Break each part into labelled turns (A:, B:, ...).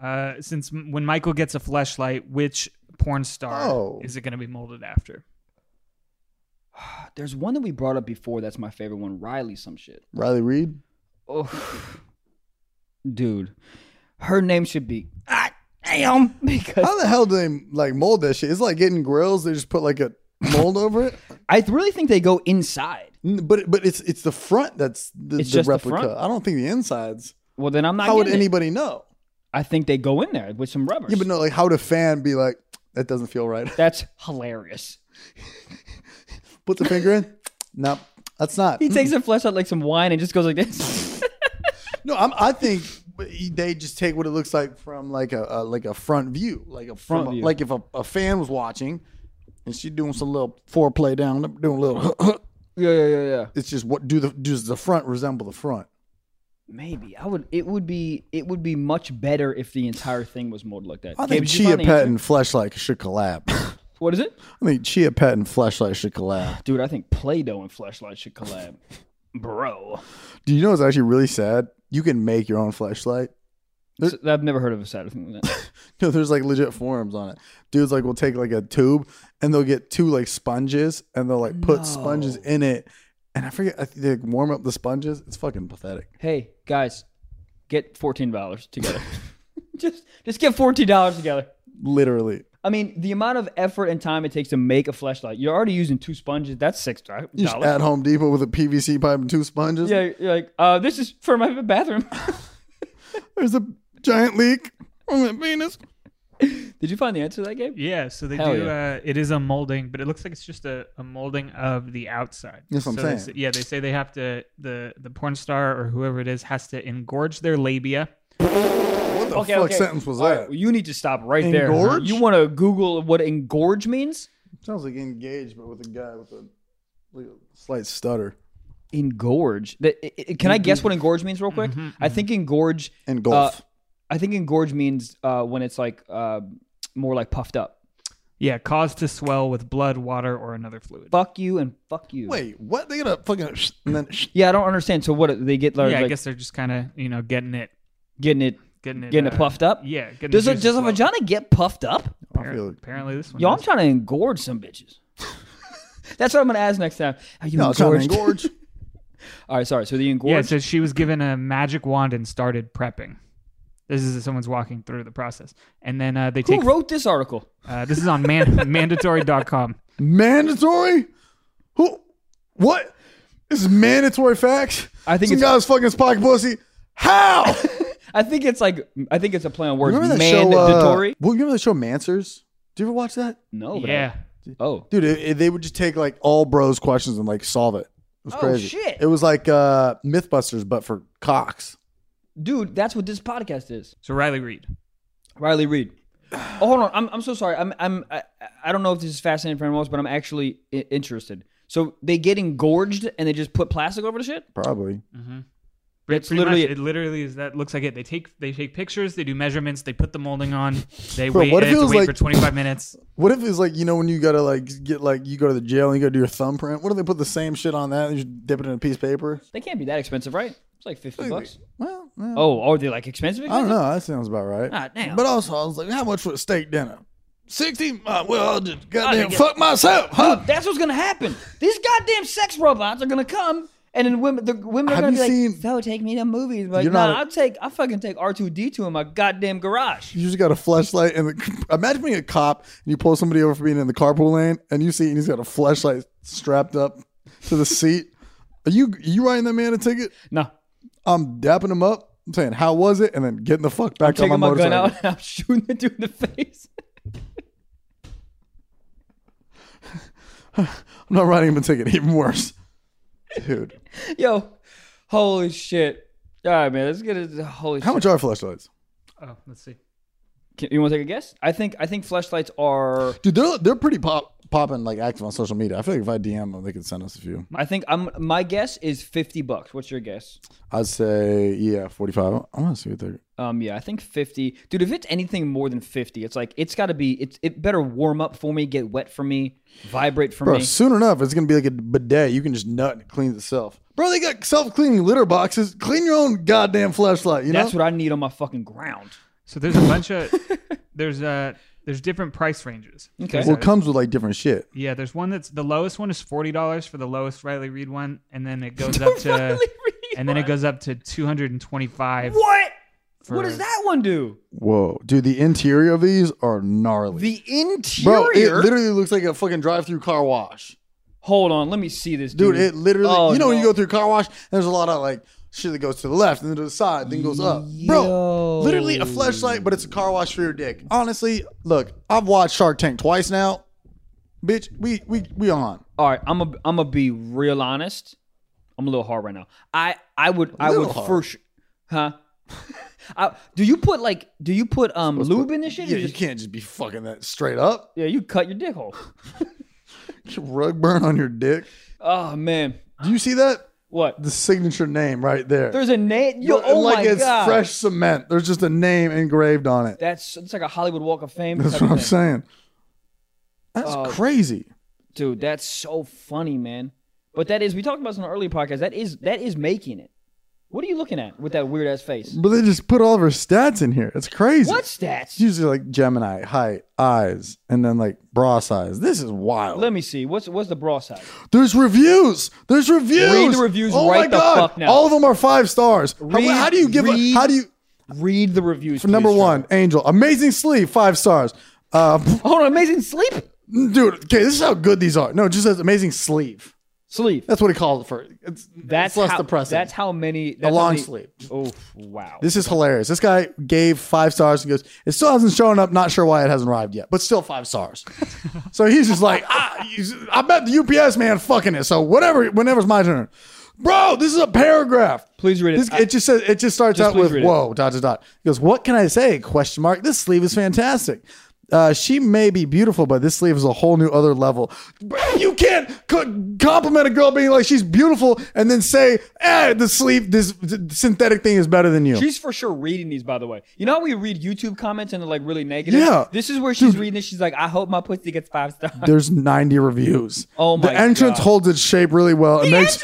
A: Uh, since m- when Michael gets a flashlight, which porn star
B: Oh.
A: is it going to be molded after?
C: There's one that we brought up before. That's my favorite one. Riley, some shit.
B: Riley Reed.
C: Oh, dude, her name should be. Ah, damn, because
B: How the hell do they like mold that shit? It's like getting grills. They just put like a mold over it.
C: I really think they go inside.
B: N- But but it's it's the front that's the,
C: It's
B: the
C: just the
B: replica.
C: front.
B: I don't think the insides.
C: Well, then I'm not.
B: How would
C: getting it.
B: anybody know?
C: I think they go in there with some rubbers.
B: Yeah, but no, like how would a fan be like? That doesn't feel right.
C: That's hilarious.
B: Put the finger in. No, that's not.
C: He takes a flesh out like some wine and just goes like this.
B: No, I'm, I think they just take what it looks like from like a, a like a front view, like a from
C: Front
B: a-
C: view.
B: like if a, a fan was watching, and she doing some little foreplay down, doing a little.
C: yeah, yeah, yeah, yeah.
B: it's just what do the does the front resemble the front?
C: Maybe I would. It would be. It would be much better if the entire thing was molded like that.
B: I
C: Gabe,
B: think
C: did you
B: Chia
C: find the
B: Pet
C: answer?
B: and Fleshlight should collab. I
C: What is it,
B: think Chia Pet and Fleshlight should collab.
C: dude? I think Play-Doh and Fleshlight should collab, bro.
B: Do you know what's actually really sad? You can make your own fleshlight.
C: So- I've never heard of a sadder thing like that.
B: No, there's like legit forums on it. Dudes like will take like a tube and they'll get two like sponges and they'll like put sponges in it. And I forget, I think they like, warm up the sponges. It's fucking pathetic.
C: hey guys, get fourteen dollars together. just, just get fourteen dollars together.
B: Literally.
C: I mean, the amount of effort and time it takes to make a fleshlight. You're already using two sponges. That's six dollars.
B: You just at Home Depot with a PVC pipe and two sponges.
C: Yeah, you're like, uh, this is for my bathroom.
B: There's a giant leak on my penis.
C: Did you find the answer to that, Gabe?
A: Yeah, so they
C: Hell
A: do. Uh, it is a molding, but it looks like it's just a, a molding of the outside.
B: That's what I'm
A: So they
B: saying.
A: say- yeah, they say they have to the the porn star or whoever it is has to engorge their labia.
B: What the fuck sentence was
C: All right,
B: that?
C: well, you need to stop right there.
B: Engorge?
C: You want to Google what engorge means?
B: Sounds like engaged, but with a guy with a, like a slight stutter.
C: Engorge. That, i- i- can I guess
B: Mm-hmm.
C: what engorge means real quick? I think engorge.
B: And golf.
C: Uh, I think engorge means uh, when it's like uh, more like puffed up.
A: Yeah, caused to swell with blood, water, or another fluid.
C: Fuck you and fuck you.
B: Wait, what? They gonna fucking and then
C: Yeah, I don't understand. So what they
B: uh,
C: get? Like,
A: yeah, I
C: like,
A: guess they're just kind of you know getting it,
C: getting it,
A: getting it,
C: getting it
A: uh,
C: puffed up.
A: Yeah, getting
C: Does
A: the
C: a,
A: juices
C: does a
A: flowing.
C: vagina get puffed up?
B: I feel like,
A: Apparently, this one.
C: Yo, I'm
A: does.
C: trying to engorge some bitches. That's what I'm gonna ask next time. Are you
B: no, it's not
C: engorged?
B: engorge.
C: All right, sorry. So the engorge.
A: Yeah, it says she was given a magic wand and started prepping. This is someone's walking through the process, and then uh, they
C: Who
A: take.
C: wrote this article?
A: Uh, this is on man- mandatory.com.
B: Mandatory? Who? What? This is mandatory facts.
C: I think
B: some
C: it's-
B: guy was fucking his pocket pussy. How?
C: I think it's like I think it's a play on words.
B: remember that
C: Mandatory.
B: show? Uh, well, remember the show Mansers? Do you ever watch that,
C: no. But I-
A: yeah,
C: oh.
B: dude? It, it- they would just take like all bros' questions and like solve it. It was
C: Oh,
B: crazy.
C: shit.
B: It was like uh, MythBusters, but for cocks.
C: Dude, that's what this podcast is.
A: so Riley Reed.
C: Riley Reed. Oh, hold on. I'm, I'm so sorry. I'm I'm I, I don't know if this is fascinating for anyone else, but I'm actually I- interested. So they get engorged and they just put plastic over the shit.
B: Probably.
A: It's
C: literally-
A: literally it literally is that looks like it. They take they take pictures, they do measurements, they put the molding on, they
B: Bro,
A: wait,
B: what
A: they
B: if it
A: have to
B: was
A: wait
B: like-
A: for 25 minutes.
B: What if it's like you know when you gotta like get like you go to the jail and you gotta do your thumbprint? What if they put the same shit on that and you just dip it in a piece of paper?
C: They can't be that expensive, right? It's like fifty bucks.
B: Well, yeah.
C: Oh, are they like expensive?
B: I don't know. That sounds about right.
C: Ah, damn.
B: But also, I was like, how much for a steak dinner? 60? Uh, well, I'll just goddamn fuck myself, huh?
C: That's what's gonna happen. These goddamn sex robots are gonna come, and then women, the women are
B: Have
C: gonna
B: you
C: be
B: seen-
C: like, "So take me to movies." Like,
B: You're
C: nah,
B: not a-
C: I'll take, I fucking take R two D two in my goddamn garage.
B: You just got a flashlight. And the, imagine being a cop and you pull somebody over for being in the carpool lane and you see and he's got a flashlight strapped up to the seat. Are you you writing that man a ticket?
C: No,
B: I'm dapping him up. I'm saying, how was it? And then getting the fuck back on my
C: taking my gun
B: motorcycle.
C: out and I'm shooting the dude in the face.
B: I'm not writing him a ticket. Even worse. Dude,
C: Yo, holy shit! All right, man, let's get it. Holy
B: how
C: shit!
B: much are flashlights?
A: Oh, let's see.
C: Can- you want to take a guess? I think I think flashlights are.
B: Dude, they're they're pretty pop popping like active on social media. I feel like if I DM them, they could send us a few.
C: I think I'm. My guess is fifty bucks. What's your guess?
B: I'd say yeah, forty five. I want to see what they're.
C: Um, yeah, I think fifty, dude. If it's anything more than fifty, it's like it's got to be. It's it better warm up for me, get wet for me, vibrate for
B: Bro,
C: me.
B: soon enough, it's gonna be like a bidet. You can just nut and it cleans itself. Bro, they got self cleaning litter boxes. Clean your own goddamn flashlight. You
C: That's
B: know.
C: what I need on my fucking ground.
A: So there's a bunch of there's uh there's different price ranges.
C: Okay.
A: There's
B: Well,
A: a-
B: it comes with like different shit.
A: yeah, there's one that's the lowest one is forty dollars for the lowest Riley Reed one, and then it goes up to and then it goes up to two hundred and twenty five.
C: What?
A: For,
C: What does that one do?
B: Whoa, dude, the interior of these are gnarly.
C: The
B: Bro, it
C: interior.
B: literally looks like a fucking drive-through car wash,
C: Hold on, let me see this, dude.
B: dude. It literally,
C: Oh,
B: you know, when you
C: no.
B: go through a car wash, there's a lot of like shit that goes to the left and then to the side, then goes up,
C: Yo.
B: bro. Literally a flashlight, but it's a car wash for your dick. Honestly, look, I've watched Shark Tank twice now, bitch. We we we on.
C: All right, I'm a I'm gonna be real honest. I'm a little hard right now. I I would I
B: little
C: would
B: hard.
C: for sure, huh? I, do you put like do you put um lube in this shit?
B: Yeah,
C: or
B: you
C: just-
B: can't just be fucking that straight up.
C: yeah, you cut your dick hole.
B: Rug burn on your dick.
C: Oh man,
B: Do you see that?
C: what?
B: The signature name right there.
C: There's a name. Yo,
B: Look,
C: oh
B: like
C: my
B: it's
C: god,
B: fresh cement. There's just a name engraved on it.
C: that's it's like a Hollywood Walk of Fame.
B: That's
C: type
B: what
C: of
B: I'm
C: thing.
B: saying. That's
C: Uh,
B: crazy.
C: dude. That's so funny, man. But that is we talked about this on an earlier podcast. That is that is making it. What are you looking at with that weird ass face?
B: But they just put all of her stats in here. It's crazy.
C: What stats?
B: It's usually like Gemini, height, eyes, and then like bra size. This is wild.
C: Let me see. What's what's the bra size?
B: There's reviews. There's reviews.
C: Read the reviews
B: oh
C: right
B: my
C: the
B: God.
C: fuck now.
B: All of them are five stars. How-
C: Read-
B: how, do you give?
C: read-
B: a, how do you?
C: Read the reviews.
B: For number
C: please, Trevor.
B: one, Angel, amazing sleep, five stars. Uh,
C: Hold on, amazing sleep
B: dude, okay, this is how good these are. No, it just says amazing sleeve.
C: sleep.
B: That's what he calls it for. It's,
C: That's
B: it's less
C: how,
B: depressing.
C: That's how many. That's
B: a
C: how
B: long
C: many-
B: sleep.
C: Oh wow.
B: This is hilarious. This guy gave five stars and goes, it still hasn't shown up. Not sure why it hasn't arrived yet, but still five stars. so he's just like, ah, he's- I bet the UPS man fucking it. So whatever, whenever's my turn, bro. This is a paragraph.
C: Please read it.
B: This,
C: I-
B: it just says it just starts
C: Just
B: out
C: please
B: with
C: read it.
B: whoa dot dot dot. He goes, what can I say? Question mark. This sleeve is fantastic. Uh, she may be beautiful, but this sleeve is a whole new other level. Bro, You can't co- compliment a girl being like she's beautiful and then say, "Eh, the sleeve, this th- synthetic thing is better than you."
C: She's for sure reading these, by the way. You know how we read YouTube comments and they're like really negative?
B: Yeah.
C: This is where she's reading this. She's like, I hope my pussy gets five stars.
B: There's 90 reviews.
C: Oh my
B: The entrance
C: God.
B: holds its shape really well. It makes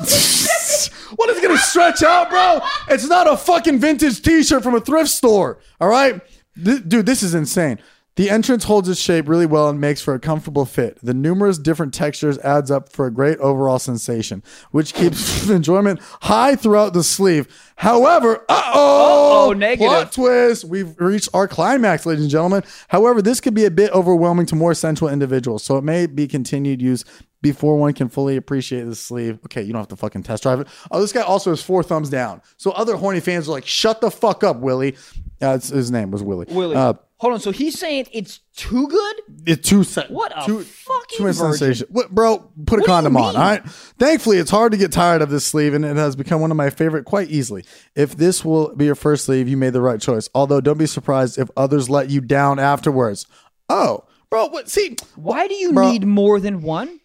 B: what is it gonna stretch out, bro? It's not a fucking vintage T-shirt from a thrift store. All right, Th- dude, this is insane. The entrance holds its shape really well and makes for a comfortable fit. The numerous different textures adds up for a great overall sensation, which keeps enjoyment high throughout the sleeve. However, uh oh,
C: Uh-oh, negative.
B: plot twist. We've reached our climax, ladies and gentlemen. However, this could be a bit overwhelming to more sensual individuals, so it may be continued use before one can fully appreciate the sleeve. Okay, you don't have to fucking test drive it. Oh, this guy also has four thumbs down. So other horny fans are like, "Shut the fuck up, Willie." Uh, it's- his name was Willie.
C: Willie.
B: Uh,
C: Hold on. So he's saying it's too good?
B: it's two cents.
C: What a
B: two,
C: fucking
B: two minutes
C: virgin.
B: sensation. What, bro, put a
C: do you
B: condom on.
C: mean?
B: All right. Thankfully, it's hard to get tired of this sleeve, and it has become one of my favorite quite easily. If this will be your first sleeve, you made the right choice. Although, don't be surprised if others let you down afterwards. Oh, bro, what? See,
C: Why do you
B: Bro.
C: need more than one?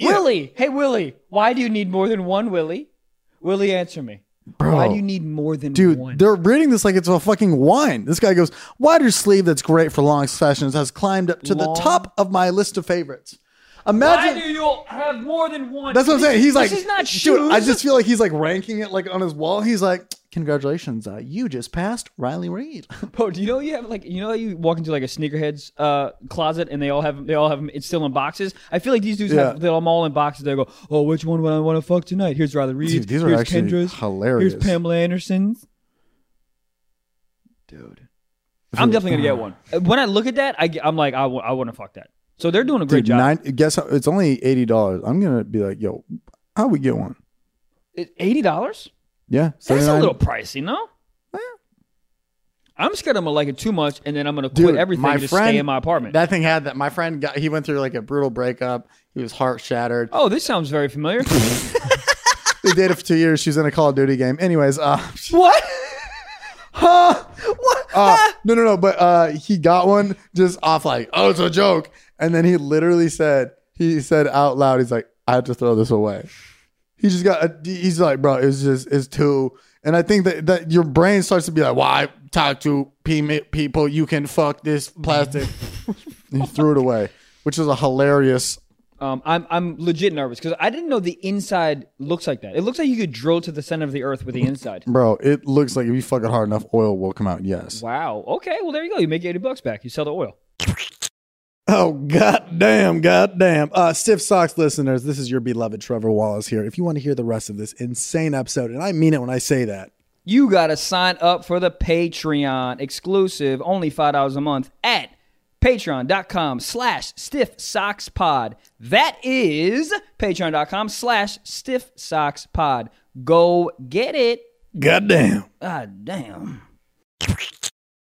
C: Willie. Hey, Willie. Why do you need more than one, Willie? Willie, answer me.
B: Bro.
C: Why do you need more than
B: Dude,
C: one?
B: they're reading this like it's a fucking wine. This guy goes, wider sleeve that's great for long sessions has climbed up to
C: Long-
B: the top of my list of favorites.
C: Why
B: Imagine
C: do you have more than one?
B: That's what I'm
C: This-
B: saying. He's like,
C: this is not
B: dude,
C: shoes.
B: I just feel like he's like ranking it like on his wall. He's like, congratulations, uh, you just passed Riley Reed.
C: Bro, do you know you have like you know you walk into like a sneakerheads uh, closet and they all have they all have 'em- it's still in boxes. I feel like these dudes
B: Yeah.
C: have them all in boxes. They go, oh, which one would I want to fuck tonight? Here's Riley Reed.
B: Dude, these are
C: here's
B: actually
C: Kendra's.
B: hilarious.
C: Here's Pamela Anderson's. Dude, I'm definitely gonna get one. Uh, When I look at that, I, am like, I want to fuck that. So they're doing a great
B: Dude,
C: job.
B: nine, guess how, it's only eighty dollars. I'm gonna be like, yo, how we get one?
C: It- Eighty dollars?
B: Yeah,
C: That's a
B: 79?
C: little pricey, no? I'm scared I'm gonna like it too much, and then I'm gonna quit
B: Dude,
C: everything
B: my
C: and just
B: friend-
C: stay in my apartment.
B: That thing had that. My friend got. He went through like a brutal breakup. He was heart shattered.
C: oh, this sounds very familiar.
B: they dated for two years. She's in a Call of Duty game. Anyways, uh,
C: what?
B: huh?
C: What?
B: Uh, no, no, no. But uh, he got one just off like, oh, it's a joke. And then he literally said, he said out loud, he's like, I have to throw this away. He just got, a, he's like, bro, it's just, it's too. And I think that, that your brain starts to be like, why talk to pe- people? You can fuck this plastic. and he threw it away, which is a hilarious
C: Um, I'm I'm legit nervous because I didn't know the inside looks like that. It looks like you could drill to the center of the earth with the inside.
B: Bro, it looks like if you fuck it hard enough, oil will come out. Yes.
C: Wow. Okay. Well, there you go. You make eighty bucks back. You sell the oil.
B: Oh god damn, god damn. Uh Stiff Socks listeners, this is your beloved Trevor Wallace here. If you want to hear the rest of this insane episode, and I mean it when I say that,
C: You gotta sign up for the Patreon exclusive, only five dollars a month at patreon.com slash stiff socks pod. That is patreon.com slash stiff socks pod. Go get it.
B: god damn.
C: Ah damn.